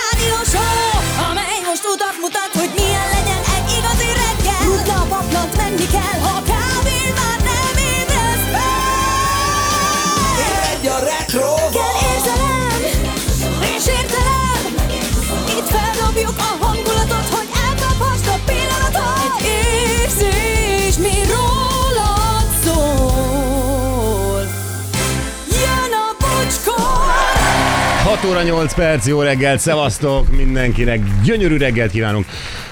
rádió show, amely most utat mutat, hogy milyen legyen egy igazi reggel. Rutna a paplant, menni kell, ha kávén már nem ébredsz fel. Egy a retro Kell érzelem, és értelem, itt feldobjuk a hangulatot, hogy elkaphast a pillanatot. Egy érzés, mi rólad szól. Jön a bocskor! 6 óra 8 perc, jó reggelt, szevasztok mindenkinek, gyönyörű reggelt kívánunk.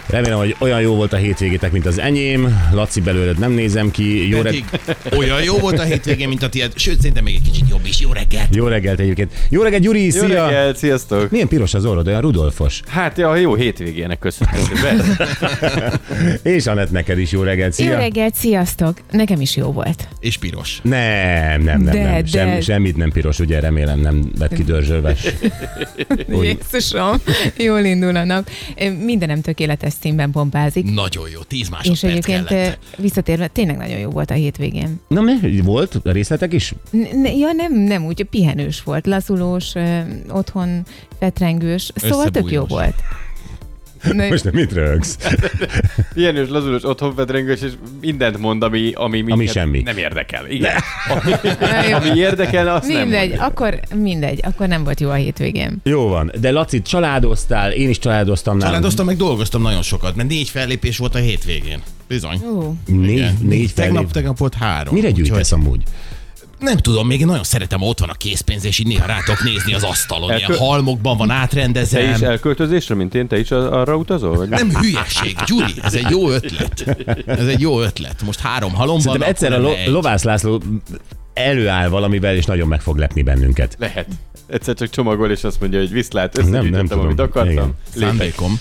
Remélem, hogy olyan jó volt a hétvégétek, mint az enyém. Laci belőled nem nézem ki. Jó, reg- Pedig olyan jó volt a hétvégén, mint a tiéd, sőt, szerintem még egy kicsit jobb is. Jó reggelt! jó reggelt egyébként. Jó reggelt, Gyuri, Jó szia! reggelt, sziasztok! Milyen piros az orrod, olyan rudolfos. Hát, ja, jó hétvégének köszönhető. Persze. És Anett, neked is jó reggelt, szia! Jó reggelt, sziasztok! Nekem is jó volt. És piros. Nem, nem, nem, De, nem. Sem, de. Semmit nem piros, ugye remélem nem lett kidörzsölve. Úgy. Jézusom, jól indul a nap. Mindenem tökéletes színben pompázik. Nagyon jó, 10 És másodperc egyébként ö, kellett. visszatérve, tényleg nagyon jó volt a hétvégén. Na mi? Volt? Részletek is? N- ne- Ja, nem, nem úgy, pihenős volt, lazulós, ö, otthon fetrengős, szóval tök jó Összebújós. volt. Na, Most nem mit rögsz? Ilyen és lazulós otthon vedrengős, és mindent mond, ami, ami, minket semmi. nem érdekel. Igen. na jó. ami érdekel, azt nem Mindegy, mondja. akkor mindegy, akkor nem volt jó a hétvégén. Jó van, de Laci, családoztál, én is családoztam nálam. Családoztam, meg dolgoztam nagyon sokat, mert négy fellépés volt a hétvégén. Bizony. Ó, Négy, Igen. négy tegnap, fellép- tegnap volt három. Mire úgyhogy gyűjtesz amúgy? Nem tudom, még én nagyon szeretem, ha ott van a készpénz, és így néha rátok nézni az asztalon. Hát- Ilyen Elkö- halmokban van, Te is átrendezem. elköltözésre, mint én, te is a- arra utazol? Vagy Nem hülyeség, Gyuri, ez egy jó ötlet. Ez egy jó ötlet. Most három halom van. Szerintem egyszer a akkor lo- egy. Lovász László előáll valamivel, és nagyon meg fog lepni bennünket. Lehet. Egyszer csak csomagol, és azt mondja, hogy viszlát, nem összegyűjtöttem, tudom. amit Igen. akartam. Lépek. Szándékom.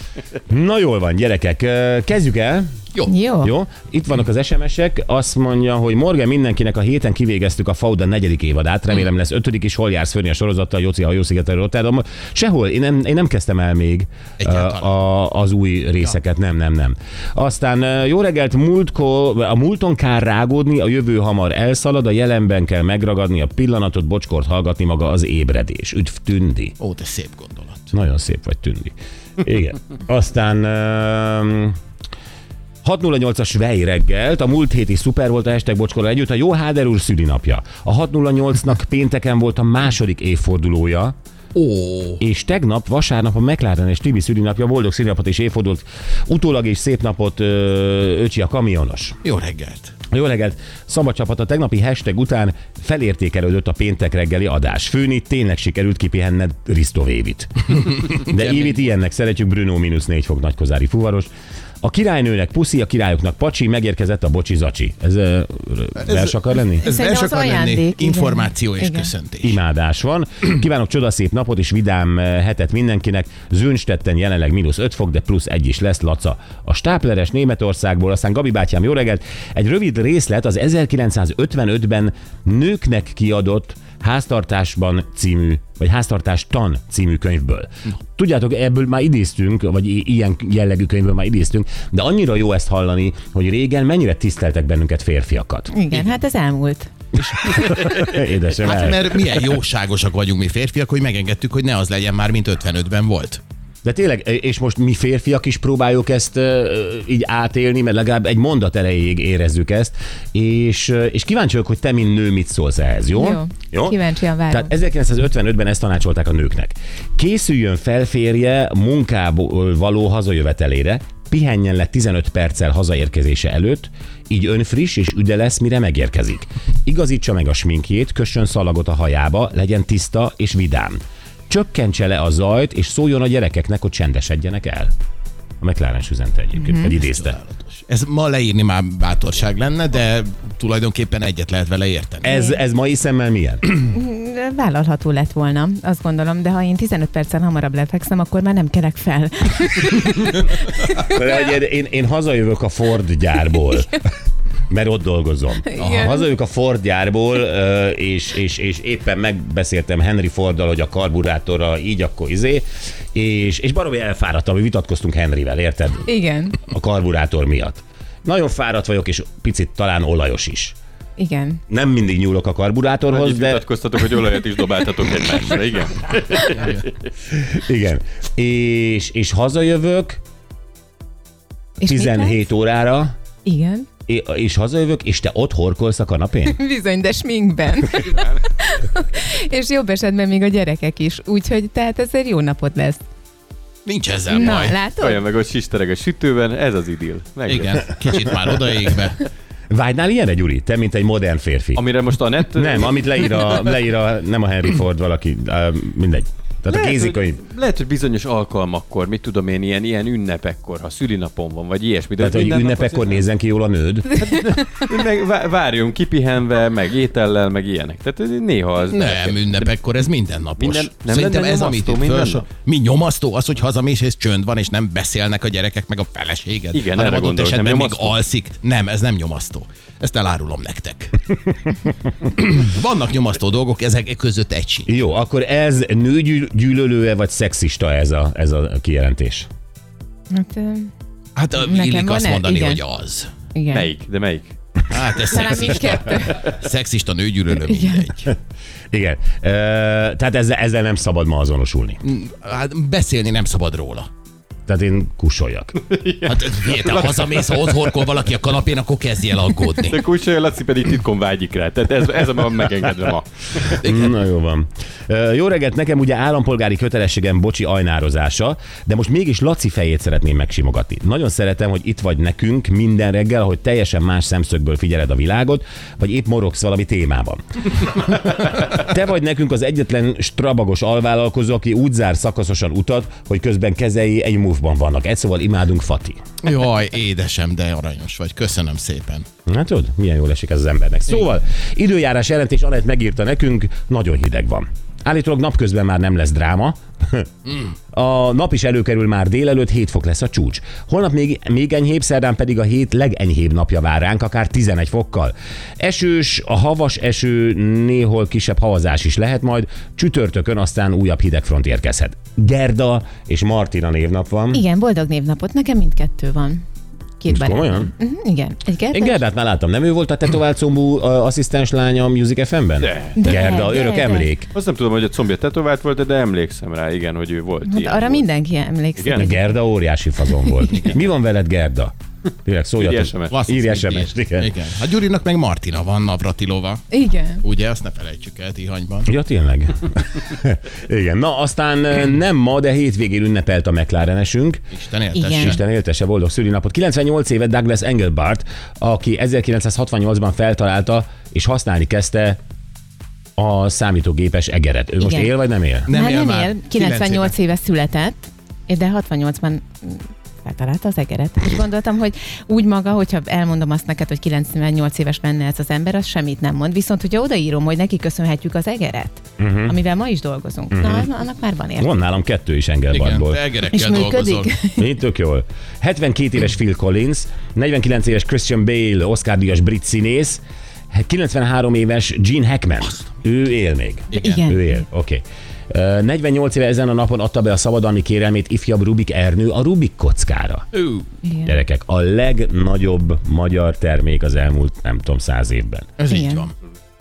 Na jól van, gyerekek, ö, kezdjük el. Jó. jó. Jó? Itt vannak az SMS-ek, azt mondja, hogy Morgan mindenkinek a héten kivégeztük a Fauda negyedik évadát, remélem lesz ötödik is, hol jársz fölni a sorozattal, Jóci a Jószigetre, Rotterdam. Sehol, én nem, én nem kezdtem el még ö, Egyáltalán. a, az új részeket, nem, nem, nem. Aztán ö, jó reggelt, múltkor, a múlton kár rágódni, a jövő hamar elszalad, a jelenben kell megragadni a pillanatot, bocskort hallgatni maga az ébredés. Üdv, tündi. Ó, te szép gondolat. Nagyon szép vagy, Tündi. Igen. Aztán... Um... 608-as Vej reggelt, a múlt héti szuper volt a hashtag bocskorral együtt, a jó Háder úr szülinapja. A 608-nak pénteken volt a második évfordulója, Ó, és tegnap, vasárnap a McLaren és Tibi szülinapja, boldog szülinapot és évfordult, utólag és szép napot ö, öcsi a kamionos. jó reggelt. Jó reggelt! Szabad csapat a tegnapi hashtag után felértékelődött a péntek reggeli adás. Főni tényleg sikerült kipihenned Risztov Évit. De Évit ilyennek szeretjük, Bruno mínusz négy fok nagykozári fuvaros. A királynőnek puszi, a királyoknak pacsi, megérkezett a bocsi zacsi. Ez, ö, vers akar lenni? Ez Szerintem vers az akar lenni. ajándék, igen. Információ és Igen. köszöntés. Imádás van. Kívánok csodaszép napot és vidám eh, hetet mindenkinek. Zünstetten jelenleg mínusz 5 fok, de plusz 1 is lesz, Laca. A stápleres Németországból, aztán Gabi bátyám, jó reggelt. Egy rövid részlet az 1955-ben nőknek kiadott háztartásban című, vagy háztartás tan című könyvből. Tudjátok, ebből már idéztünk, vagy i- ilyen jellegű könyvből már idéztünk, de annyira jó ezt hallani, hogy régen mennyire tiszteltek bennünket férfiakat. Igen, hát ez elmúlt. Édesem, Hát el- mert milyen jóságosak vagyunk mi férfiak, hogy megengedtük, hogy ne az legyen már, mint 55-ben volt. De tényleg, e, és most mi férfiak is próbáljuk ezt ö, így átélni, mert legalább egy mondat erejéig érezzük ezt, és, ö, és kíváncsi vagyok, hogy te, mint nő, mit szólsz ehhez, jó? Jó. Kíváncsian várom. Tehát 1955-ben ezt tanácsolták a nőknek. Készüljön fel férje munkából való hazajövetelére, pihenjen le 15 perccel hazaérkezése előtt, így önfriss és üde lesz, mire megérkezik. Igazítsa meg a sminkjét, kössön szalagot a hajába, legyen tiszta és vidám. Csökkentse le a zajt, és szóljon a gyerekeknek, hogy csendesedjenek el. A McLaren üzente egyébként, vagy idézte. Ez ma leírni már bátorság lenne, de tulajdonképpen egyet lehet vele érteni. Ez, ez mai szemmel milyen? Vállalható lett volna, azt gondolom, de ha én 15 perccel hamarabb lefekszem, akkor már nem kelek fel. Mert ugye én, én hazajövök a Ford gyárból. Mert ott dolgozom. Aha. Hazajövök a Ford gyárból, ö, és, és, és éppen megbeszéltem Henry Forddal, hogy a karburátorra így, akkor izé, és, és baromi elfáradtam, hogy vitatkoztunk Henryvel, érted? Igen. A karburátor miatt. Nagyon fáradt vagyok, és picit talán olajos is. igen. Nem mindig nyúlok a karburátorhoz, Itt de vitatkoztatok, hogy olajat is dobáltatok egymásra, igen? igen. És, és hazajövök És mit lát? 17 órára, Igen. é- és hazajövök, és te ott horkolsz a kanapén? Bizony, de sminkben. és jobb esetben még a gyerekek is. Úgyhogy tehát ez egy jó napot lesz. Nincs ezzel Na, baj. Olyan látod? meg ott sistereg a sütőben, ez az idill. Megjött. Igen, kicsit már odaég be. Vágynál ilyenre, Gyuri? Te, mint egy modern férfi. Amire most a net... Nem, amit leír a, leír a nem a Henry Ford valaki, á, mindegy. Tehát Hát a kézikönyv. Hogy, lehet, hogy bizonyos alkalmakkor, mit tudom én, ilyen, ilyen ünnepekkor, ha szülinapon van, vagy ilyesmi. De Tehát, Hát, hogy minden nap ünnepekkor azért- nézzen ki jól a nőd. Meg vá- várjunk kipihenve, meg étellel, meg ilyenek. Tehát ez néha az... Nem, ünnepekkor ez mindennapos. Minden- Minden, nem Szerintem lenne ez, amit nyomasztó itt minden fölsor... nap? Mi nyomasztó az, hogy hazamész és csönd van, és nem beszélnek a gyerekek, meg a feleséged. Igen, hanem erre adott gondolok, nem esetben még nyomasztó? alszik. Nem, ez nem nyomasztó. Ezt elárulom nektek. Vannak nyomasztó dolgok, ezek között egy sincs. Jó, akkor ez nőgyűlölő-e vagy szexista ez a, ez a kijelentés? Hát, ö, Hát ö, Nekem illik van azt e- mondani, igen. hogy az. igen. Melyik? De melyik? Hát ez Talán mind szexista, kettő. szexista nőgyűlölő mindegy. Igen. Ö, tehát ezzel, ezzel nem szabad ma azonosulni. Hát beszélni nem szabad róla. Tehát én kusoljak. Hát figyelj, te hazamész, ha ott horkol valaki a kanapén, akkor kezdj el aggódni. De Kulcsa Laci pedig titkon vágyik rá. Tehát ez, ez a ma megengedve ma. Na jó van. Ö, Jó reggelt, nekem ugye állampolgári kötelességem bocsi ajnározása, de most mégis Laci fejét szeretném megsimogatni. Nagyon szeretem, hogy itt vagy nekünk minden reggel, hogy teljesen más szemszögből figyeled a világot, vagy épp morogsz valami témában. Te vagy nekünk az egyetlen strabagos alvállalkozó, aki úgy zár szakaszosan utat, hogy közben kezei egy move-ban vannak. Egy szóval imádunk Fati. Jaj, édesem, de aranyos vagy. Köszönöm szépen. Hát tudod, milyen jól esik ez az embernek. Szóval, időjárás jelentés Anett megírta nekünk, nagyon hideg van. Állítólag napközben már nem lesz dráma. A nap is előkerül már délelőtt, 7 fok lesz a csúcs. Holnap még, még enyhébb, szerdán pedig a hét legenyhébb napja vár ránk, akár 11 fokkal. Esős, a havas eső, néhol kisebb havazás is lehet majd, csütörtökön aztán újabb hidegfront érkezhet. Gerda és Martina névnap van. Igen, boldog névnapot. Nekem mindkettő van. Két Most komolyan? Mhm, igen. Egy Én kertes? Gerdát már láttam, nem ő volt a tetovált combú ö, asszisztens lánya a Music FM-ben? De. De, Gerda, de, örök de. emlék. Azt nem tudom, hogy a combja tetovált volt, de emlékszem rá, igen, hogy ő volt. Hát ilyen arra volt. mindenki emlékszik. Igen? hogy- Gerda óriási fazon volt. Mi van veled, Gerda? Tényleg szóljatok. Írj SMS-t. Azt Írj hiszem, SMS-t, igen. igen. A Gyurinak meg Martina van, Navratilova. Igen. Ugye, azt ne felejtsük el Tihanyban. Ja, tényleg. Igen, na aztán ö, nem ma, de hétvégén ünnepelt a McLarenesünk. Isten Igen. éltesse. Isten éltesse boldog szülinapot. 98 éve Douglas Engelbart, aki 1968-ban feltalálta és használni kezdte a számítógépes egeret. Ő most Igen. él vagy nem él? Hát Nem már él, nem él, 98 éve született, de 68-ban feltalálta az egeret. És gondoltam, hogy úgy maga, hogyha elmondom azt neked, hogy 98 éves lenne ez az ember, az semmit nem mond. Viszont, hogyha odaírom, hogy neki köszönhetjük az egeret, uh-huh. amivel ma is dolgozunk, uh-huh. na, az- annak már van értelme. Van nálam kettő is Igen, Engelbartból. te És egerekkel működik? dolgozol. Így tök jól. 72 éves Phil Collins, 49 éves Christian Bale, Oscar díjas brit színész, 93 éves Gene Hackman. Ő él még. Igen. Ő él, oké. Okay. 48 éve ezen a napon adta be a szabadalmi kérelmét ifjabb Rubik Ernő a Rubik kockára. Ú, Igen. Gyerekek, a legnagyobb magyar termék az elmúlt, nem tudom, száz évben. Ez így Igen. van.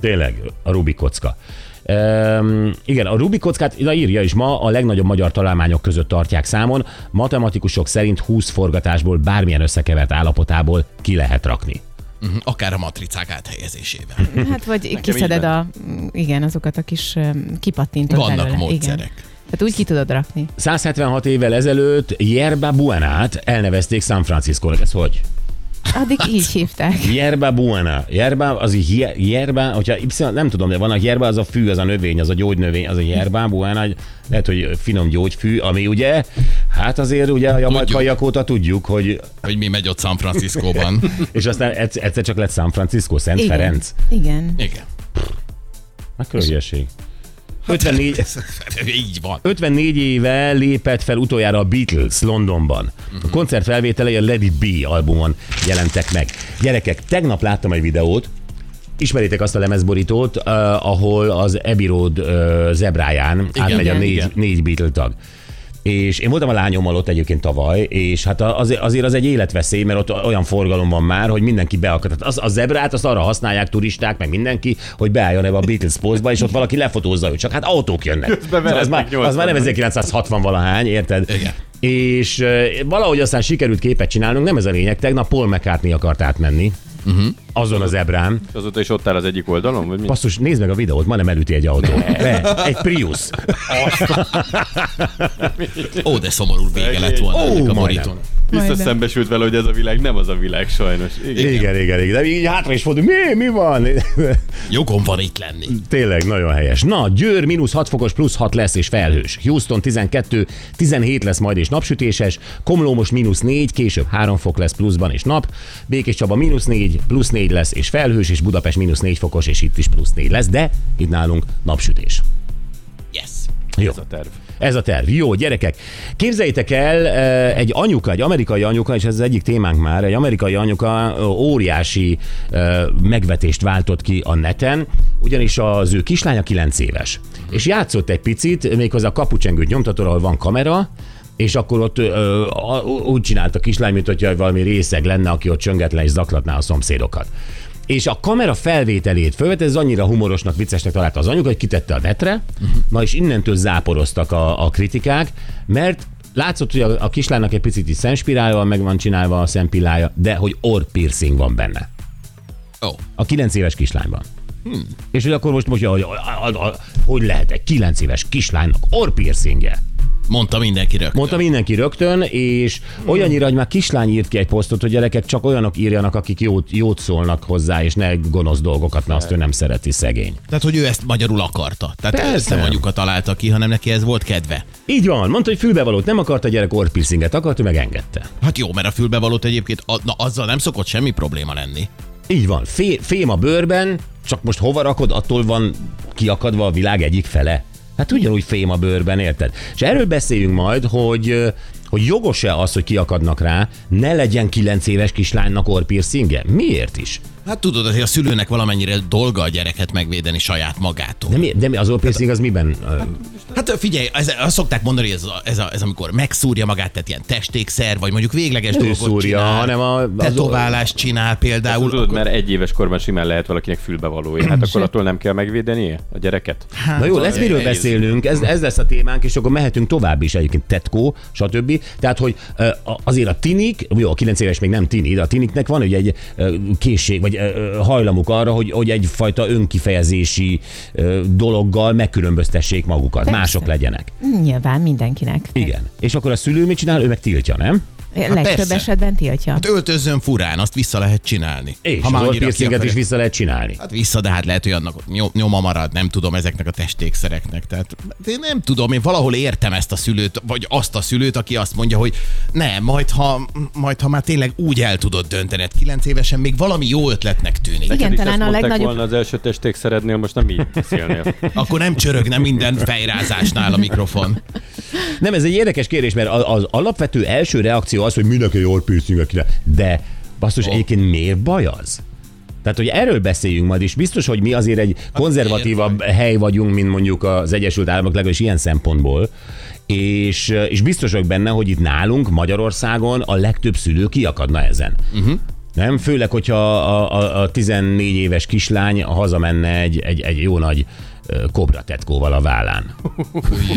Tényleg, a Rubik kocka. Ehm, igen, a Rubik kockát na írja is ma, a legnagyobb magyar találmányok között tartják számon. Matematikusok szerint 20 forgatásból bármilyen összekevert állapotából ki lehet rakni. Mhm, Akár a matricák áthelyezésével. Hát vagy Nekem így kiszeded a, igen, azokat a kis um, kipattintott Vannak belőle. módszerek. Igen. Tehát úgy ki tudod rakni. 176 évvel ezelőtt Yerba Buenát elnevezték San francisco Ez hogy? Addig így hívták. Yerba Buena. Yerba, az így hier- Yerba, hogyha y, nem tudom, de van a Yerba, az a fű, az a növény, az a gyógynövény, az a Yerba Buena, egy- lehet, hogy finom gyógyfű, ami ugye, hát azért ugye a jamaikaiak óta tudjuk, hogy Hogy mi megy ott San Franciscóban. És aztán egyszer egyszer csak lett San Francisco, Szent Igen. Ferenc. Igen. Igen. Mekkora hülyeség. 54, Így van. 54 éve lépett fel utoljára a Beatles Londonban. Mhm. A koncert felvételei a Let It Be albumon jelentek meg. Gyerekek, tegnap láttam egy videót, ismeritek azt a lemezborítót, uh, ahol az Abbey Road uh, zebráján igen, átmegy a igen, négy, igen. négy Beatle tag. És én voltam a lányommal ott egyébként tavaly, és hát a- azért, azért az egy életveszély, mert ott olyan forgalom van már, hogy mindenki beakad. Tehát az, a zebrát azt arra használják turisták, meg mindenki, hogy beálljon ebbe a Beatles pozba, és ott valaki lefotózza őt, csak hát autók jönnek. Szóval az, veretnek már, az már nem 80-an. 1960 valahány, érted? Igen. És ö, valahogy aztán sikerült képet csinálnunk, nem ez a lényeg, tegnap Paul McCartney akart átmenni. Uh-huh. Azon az ebrán. És azóta is ott áll az egyik oldalon, vagy mi? Basszus, nézd meg a videót, ma nem elüti egy autó. Ne. Egy Prius. Ó, de szomorú vége lett volna Ó, ennek a majdnem. borítónak. Biztos Majdnem. szembesült vele, hogy ez a világ nem az a világ sajnos. Igen. Igen, igen, igen. De így hátra is fordul. Mi, mi van? Jogom van itt lenni. Hm. Tényleg nagyon helyes. Na, Győr mínusz 6 fokos plusz 6 lesz és felhős. Houston 12, 17 lesz majd és napsütéses. Komló most mínusz 4, később 3 fok lesz pluszban és nap. Békés Csaba mínusz 4, plusz 4 lesz és felhős, és Budapest mínusz 4 fokos, és itt is plusz 4 lesz, de itt nálunk napsütés. Yes. Jó. Ez a terv. Ez a terv. Jó, gyerekek. Képzeljétek el, eh, egy anyuka, egy amerikai anyuka, és ez az egyik témánk már, egy amerikai anyuka ö, óriási eh, megvetést váltott ki a neten, ugyanis az ő kislánya 9 éves. És játszott egy picit, méghozzá a kapucsengőt nyomtatóra, ahol van kamera, és akkor ott ö, a- úgy csinált a kislány, mint hogyha valami részeg lenne, aki ott csöngetlen és zaklatná a szomszédokat. És a kamera felvételét fölvet, ez annyira humorosnak, viccesnek találta az anyuka, hogy kitette a netre, uh-huh. na és innentől záporoztak a, a kritikák, mert látszott, hogy a, a kislánynak egy picit is szemspirálva meg van csinálva a szempillája, de hogy orr piercing van benne. Ó, A 9 éves kislányban. Hmm. És hogy akkor most, most hogy, hogy, hogy lehet egy 9 éves kislánynak orr piercingje? mondta mindenki rögtön. Mondta mindenki rögtön, és olyannyira, hogy már kislány írt ki egy posztot, hogy gyerekek csak olyanok írjanak, akik jót, jót szólnak hozzá, és ne gonosz dolgokat, mert azt ő nem szereti szegény. Tehát, hogy ő ezt magyarul akarta. Tehát Persze. ezt nem anyuka találta ki, hanem neki ez volt kedve. Így van, mondta, hogy fülbevalót nem akart a gyerek orpiercinget, akart, ő megengedte. Hát jó, mert a fülbevalót egyébként, a, na azzal nem szokott semmi probléma lenni. Így van, fé, fém a bőrben, csak most hova rakod, attól van kiakadva a világ egyik fele. Hát ugyanúgy fém a bőrben, érted? És erről beszéljünk majd, hogy ö, hogy jogos-e az, hogy kiakadnak rá, ne legyen 9 éves kislánynak orpiercinge? Miért is? Hát tudod, azért a szülőnek valamennyire dolga a gyereket megvédeni saját magától. De, mi, de mi, az orpiercing az miben? ö, Hát figyelj, ez, azt szokták mondani, hogy ez, a, ez, a, ez amikor megszúrja magát, tehát ilyen testékszer, vagy mondjuk végleges Nem ő dolgot szúrja, csinál, hanem a- az- tetoválást csinál például. Tudod, mert egy éves korban simán lehet valakinek fülbevalója. Hát akkor attól nem kell megvédenie a gyereket? Hát, Na jó, lesz miről nehéz. beszélünk, ez, ez lesz a témánk, és akkor mehetünk tovább is egyébként, Tetkó, stb. Tehát, hogy ö, a- azért a tinik, jó, a 9 éves még nem tini, de a tiniknek van ugye egy ö, készség, vagy ö, ö, hajlamuk arra, hogy, hogy egyfajta önkifejezési ö, dologgal megkülönböztessék magukat, Persze. mások legyenek. Nyilván mindenkinek. Igen. És akkor a szülő mit csinál? Ő meg tiltja, nem? Legtöbb persze. esetben tiltja. Hát öltözzön furán, azt vissza lehet csinálni. És ha az annyira ki orpiercinget akarja. is vissza lehet csinálni. Hát vissza, de hát lehet, hogy annak nyom- nyoma marad, nem tudom ezeknek a testékszereknek. Tehát én nem tudom, én valahol értem ezt a szülőt, vagy azt a szülőt, aki azt mondja, hogy nem, majd ha, majd ha már tényleg úgy el tudod döntened, kilenc évesen még valami jó ötletnek tűnik. Igen, Neked is talán ezt a mondták legnagyobb- volna az első testék szeretnél, most nem így beszélnél. Akkor nem csörögne minden fejrázásnál a mikrofon. Nem, ez egy érdekes kérdés, mert a- az alapvető első reakció az, hogy mindenki jól piercinget kire. De basszus, oh. egyébként miért baj az? Tehát, hogy erről beszéljünk majd is. Biztos, hogy mi azért egy konzervatívabb hely vagyunk, mint mondjuk az Egyesült Államok, legalábbis ilyen szempontból. És, és biztos vagyok benne, hogy itt nálunk, Magyarországon a legtöbb szülő kiakadna ezen. Uh-huh. Nem? Főleg, hogyha a, a, a 14 éves kislány hazamenne egy, egy, egy jó nagy ö, kobra tetkóval a vállán.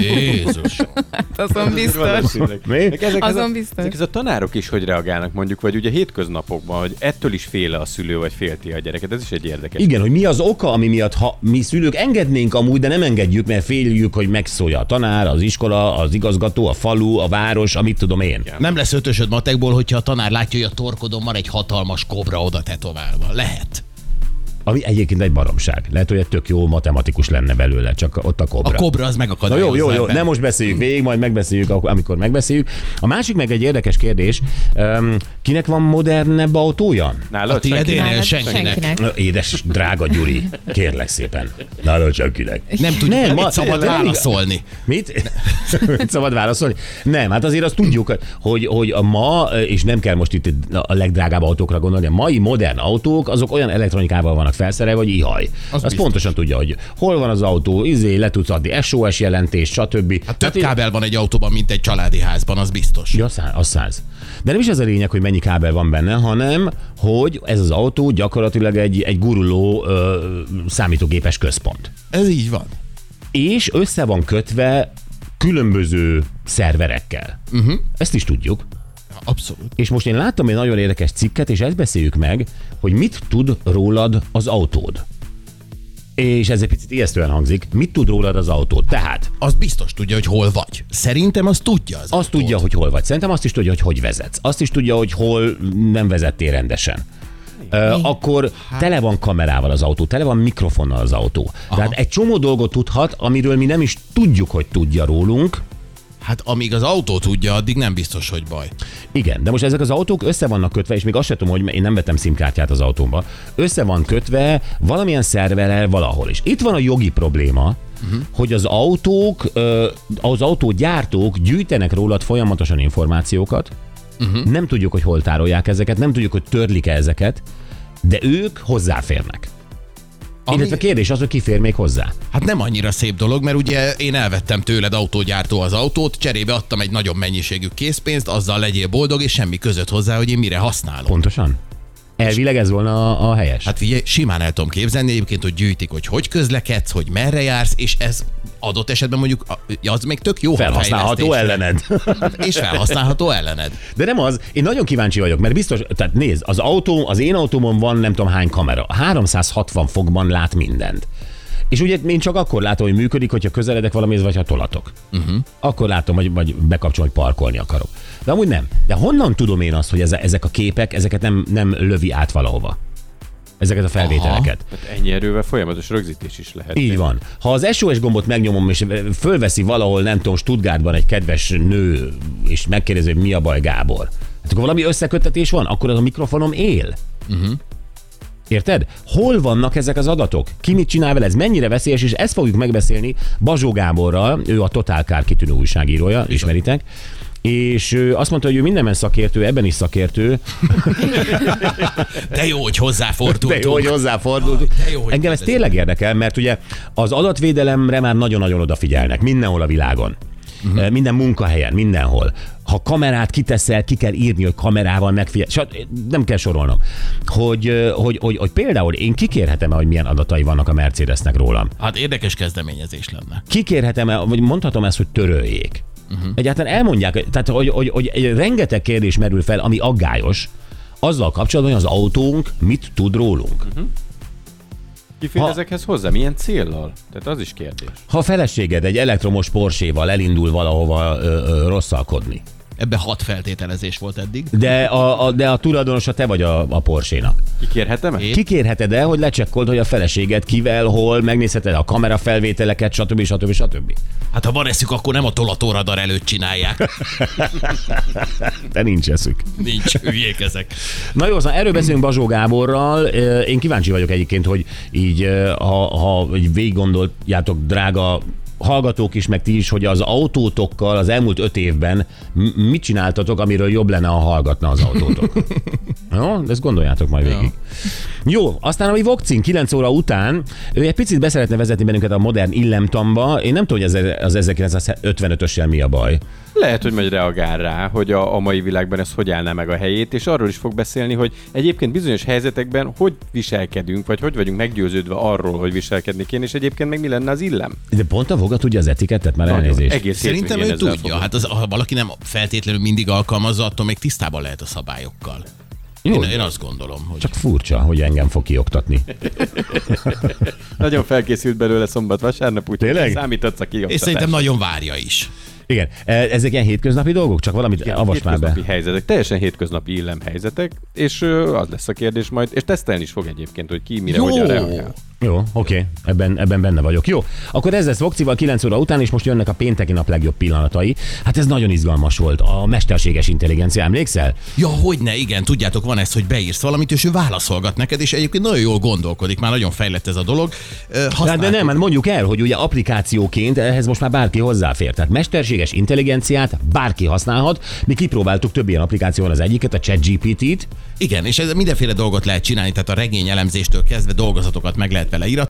Jézus. Azon Valószínűleg. Mi? Meg ezek Azon ez a, biztos. Ezek ez a tanárok is hogy reagálnak mondjuk, vagy ugye hétköznapokban, hogy ettől is féle a szülő, vagy félti a gyereket. Ez is egy érdekes. Igen, hogy mi az oka, ami miatt ha mi szülők engednénk amúgy, de nem engedjük, mert féljük, hogy megszólja a tanár, az iskola, az igazgató, a falu, a város, amit tudom én. Nem lesz ötösöd matekból, hogyha a tanár látja, hogy a torkodon van egy hatalmas kobra oda tetoválva. Lehet. Ami egyébként egy baromság. Lehet, hogy egy tök jó matematikus lenne belőle, csak ott a kobra. A kobra az Na megakadályoz. jó, jó, jó, nem most beszéljük végig, majd megbeszéljük, ak- amikor megbeszéljük. A másik meg egy érdekes kérdés, Öm, kinek van modernebb autója? A Nálad senki tiédénél Nálad senkinek. senkinek. Ö, Édes, drága Gyuri, kérlek szépen. Nálad senkinek. Nem tudjuk, Nem, nem, ma- mit szabad tényleg- válaszolni. Mit? Mit szabad válaszolni? Nem, hát azért azt tudjuk, hogy, hogy a ma, és nem kell most itt a legdrágább autókra gondolni, a mai modern autók, azok olyan elektronikával vannak felszerelve, hogy ihaj. Az, az biztos. pontosan tudja, hogy hol van az autó, izé, le tudsz adni SOS jelentést, stb. Hát több én- kábel van egy autóban, mint egy családi házban, az biztos. Ja, száz, az száz. De nem is ez a lényeg, hogy mennyi kábel van benne, hanem, hogy ez az autó gyakorlatilag egy, egy guruló ö, számítógépes központ. Ez így van. És össze van kötve különböző szerverekkel. Uh-huh. Ezt is tudjuk. Abszolút. És most én láttam egy nagyon érdekes cikket, és ezt beszéljük meg, hogy mit tud rólad az autód. És ez egy picit ijesztően hangzik. Mit tud rólad az autód? Tehát Az biztos tudja, hogy hol vagy. Szerintem az tudja. Az azt tudja, hogy hol vagy. Szerintem azt is tudja, hogy hogy vezetsz. Azt is tudja, hogy hol nem vezettél rendesen. Ö, akkor tele van kamerával az autó, tele van mikrofonnal az autó. Tehát egy csomó dolgot tudhat, amiről mi nem is tudjuk, hogy tudja rólunk. Hát amíg az autó tudja, addig nem biztos, hogy baj. Igen, de most ezek az autók össze vannak kötve, és még azt sem tudom, hogy én nem vettem szimkártyát az autómba, össze van kötve valamilyen szerverrel valahol is. Itt van a jogi probléma, Uh-huh. hogy az autók, ö, az autógyártók gyűjtenek rólad folyamatosan információkat, uh-huh. nem tudjuk, hogy hol tárolják ezeket, nem tudjuk, hogy törlik-e ezeket, de ők hozzáférnek. Ami... Illetve kérdés az, hogy ki fér még hozzá. Hát nem annyira szép dolog, mert ugye én elvettem tőled autógyártó az autót, cserébe adtam egy nagyobb mennyiségű készpénzt, azzal legyél boldog, és semmi között hozzá, hogy én mire használom. Pontosan? Elvileg ez volna a, a helyes. Hát figyelj, simán el tudom képzelni egyébként, hogy gyűjtik, hogy hogy közlekedsz, hogy merre jársz, és ez adott esetben mondjuk a- az még tök jó ha Felhasználható fejlesztés. ellened. És felhasználható ellened. De nem az, én nagyon kíváncsi vagyok, mert biztos, tehát nézd, az autóm, az én autómon van nem tudom hány kamera, 360 fokban lát mindent. És ugye én csak akkor látom, hogy működik, hogyha közeledek valamihez, vagy ha tolatok. Uh-huh. Akkor látom, vagy, vagy bekapcsolom, hogy parkolni akarok. De amúgy nem. De honnan tudom én azt, hogy ez, ezek a képek, ezeket nem, nem lövi át valahova? Ezeket a felvételeket. Aha. Tehát ennyi erővel folyamatos rögzítés is lehet. Így van. Ha az SOS gombot megnyomom, és fölveszi valahol, nem tudom, Stuttgartban egy kedves nő, és megkérdezi, hogy mi a baj Gábor. Hát akkor valami összeköttetés van, akkor az a mikrofonom él. Uh-huh. Érted? Hol vannak ezek az adatok? Ki mit csinál vele? Ez mennyire veszélyes? És ezt fogjuk megbeszélni Bazsó Gáborral, ő a Total Kár kitűnő újságírója, ismeritek. És ő azt mondta, hogy ő mindenben szakértő, ebben is szakértő, De jó, hogy hozzáfordultunk. de jó, hogy hozzáfordultunk. Aj, de jó, hogy Engem ez kérdezed. tényleg érdekel, mert ugye az adatvédelemre már nagyon-nagyon odafigyelnek, mindenhol a világon. Mhm. Uh-huh. Minden munkahelyen, mindenhol. Ha kamerát kiteszel, ki kell írni, hogy kamerával megfigyel. Sat, nem kell sorolnom. Hogy, ö, hogy, hogy, hogy például én kikérhetem-e, hogy milyen adatai vannak a Mercedesnek rólam? Hát érdekes kezdeményezés lenne. Kikérhetem-e, vagy mondhatom ezt, hogy töröljék? Mhm. Uh-huh. Egyáltalán elmondják, tehát hogy, hogy, hogy egy rengeteg kérdés merül fel, ami aggályos, azzal kapcsolatban, hogy az autónk mit tud rólunk. Ki fér Ha- ezekhez hozzá? Milyen céllal? Tehát az is kérdés. Ha a feleséged egy elektromos porséval elindul valahova ö, ö, rosszalkodni, Ebben hat feltételezés volt eddig. de a, a, de a tulajdonosa te vagy a, a porsénak. Kikérhetem-e? Én? Kikérheted el, hogy lecsekkold, hogy a feleséged kivel, hol, megnézheted a kamerafelvételeket, stb. stb. stb. Hát ha van eszük, akkor nem a tolatóradar előtt csinálják. De nincs eszük. Nincs, hülyék ezek. Na jó, szóval erről beszélünk Bazsó Gáborral. Ö, Én kíváncsi vagyok egyébként, hogy így, ö, ha, ha így végig gondoljátok, drága hallgatók is, meg ti is, hogy az autótokkal az elmúlt öt évben m- mit csináltatok, amiről jobb lenne, ha hallgatna az autótok. Jó, ezt gondoljátok majd végig. Jó, aztán a mi Vokcin 9 óra után, ő egy picit beszeretne vezetni bennünket a modern illemtamba. Én nem tudom, hogy ez az 1955-össel mi a baj. Lehet, hogy majd reagál rá, hogy a, a mai világban ez hogy állná meg a helyét, és arról is fog beszélni, hogy egyébként bizonyos helyzetekben hogy viselkedünk, vagy hogy vagyunk meggyőződve arról, hogy viselkedni kéne, és egyébként meg mi lenne az illem. De pont a Voga tudja az etikettet, már elnézést. Egész Szerintem hétvégén ő ezzel tudja. fogunk. Hát az, ha valaki nem feltétlenül mindig alkalmazza, attól még tisztában lehet a szabályokkal. Én, én azt gondolom, hogy... Csak furcsa, hogy engem fog kioktatni. Nagyon felkészült belőle szombat-vasárnap, úgyhogy Tényleg? számítatsz a és kioktatásra. szerintem nagyon várja is. Igen, e- ezek ilyen hétköznapi dolgok, csak valamit Igen, avasd már be. hétköznapi helyzetek, teljesen hétköznapi illemhelyzetek, és ö, az lesz a kérdés majd, és tesztelni is fog egyébként, hogy ki mire, Jó. hogyan reagál. Jó, oké, okay. ebben, ebben benne vagyok. Jó, akkor ez lesz Vokcival 9 óra után, és most jönnek a pénteki nap legjobb pillanatai. Hát ez nagyon izgalmas volt, a mesterséges intelligencia, emlékszel? Ja, hogy ne, igen, tudjátok, van ez, hogy beírsz valamit, és ő válaszolgat neked, és egyébként nagyon jól gondolkodik, már nagyon fejlett ez a dolog. Ö, Hát de használtuk. nem, hát mondjuk el, hogy ugye applikációként ehhez most már bárki hozzáfér. Tehát mesterséges intelligenciát bárki használhat. Mi kipróbáltuk több ilyen applikációval az egyiket, a ChatGPT-t, Igen, és ez mindenféle dolgot lehet csinálni, tehát a regény elemzéstől kezdve dolgozatokat meg lehet vele íratni.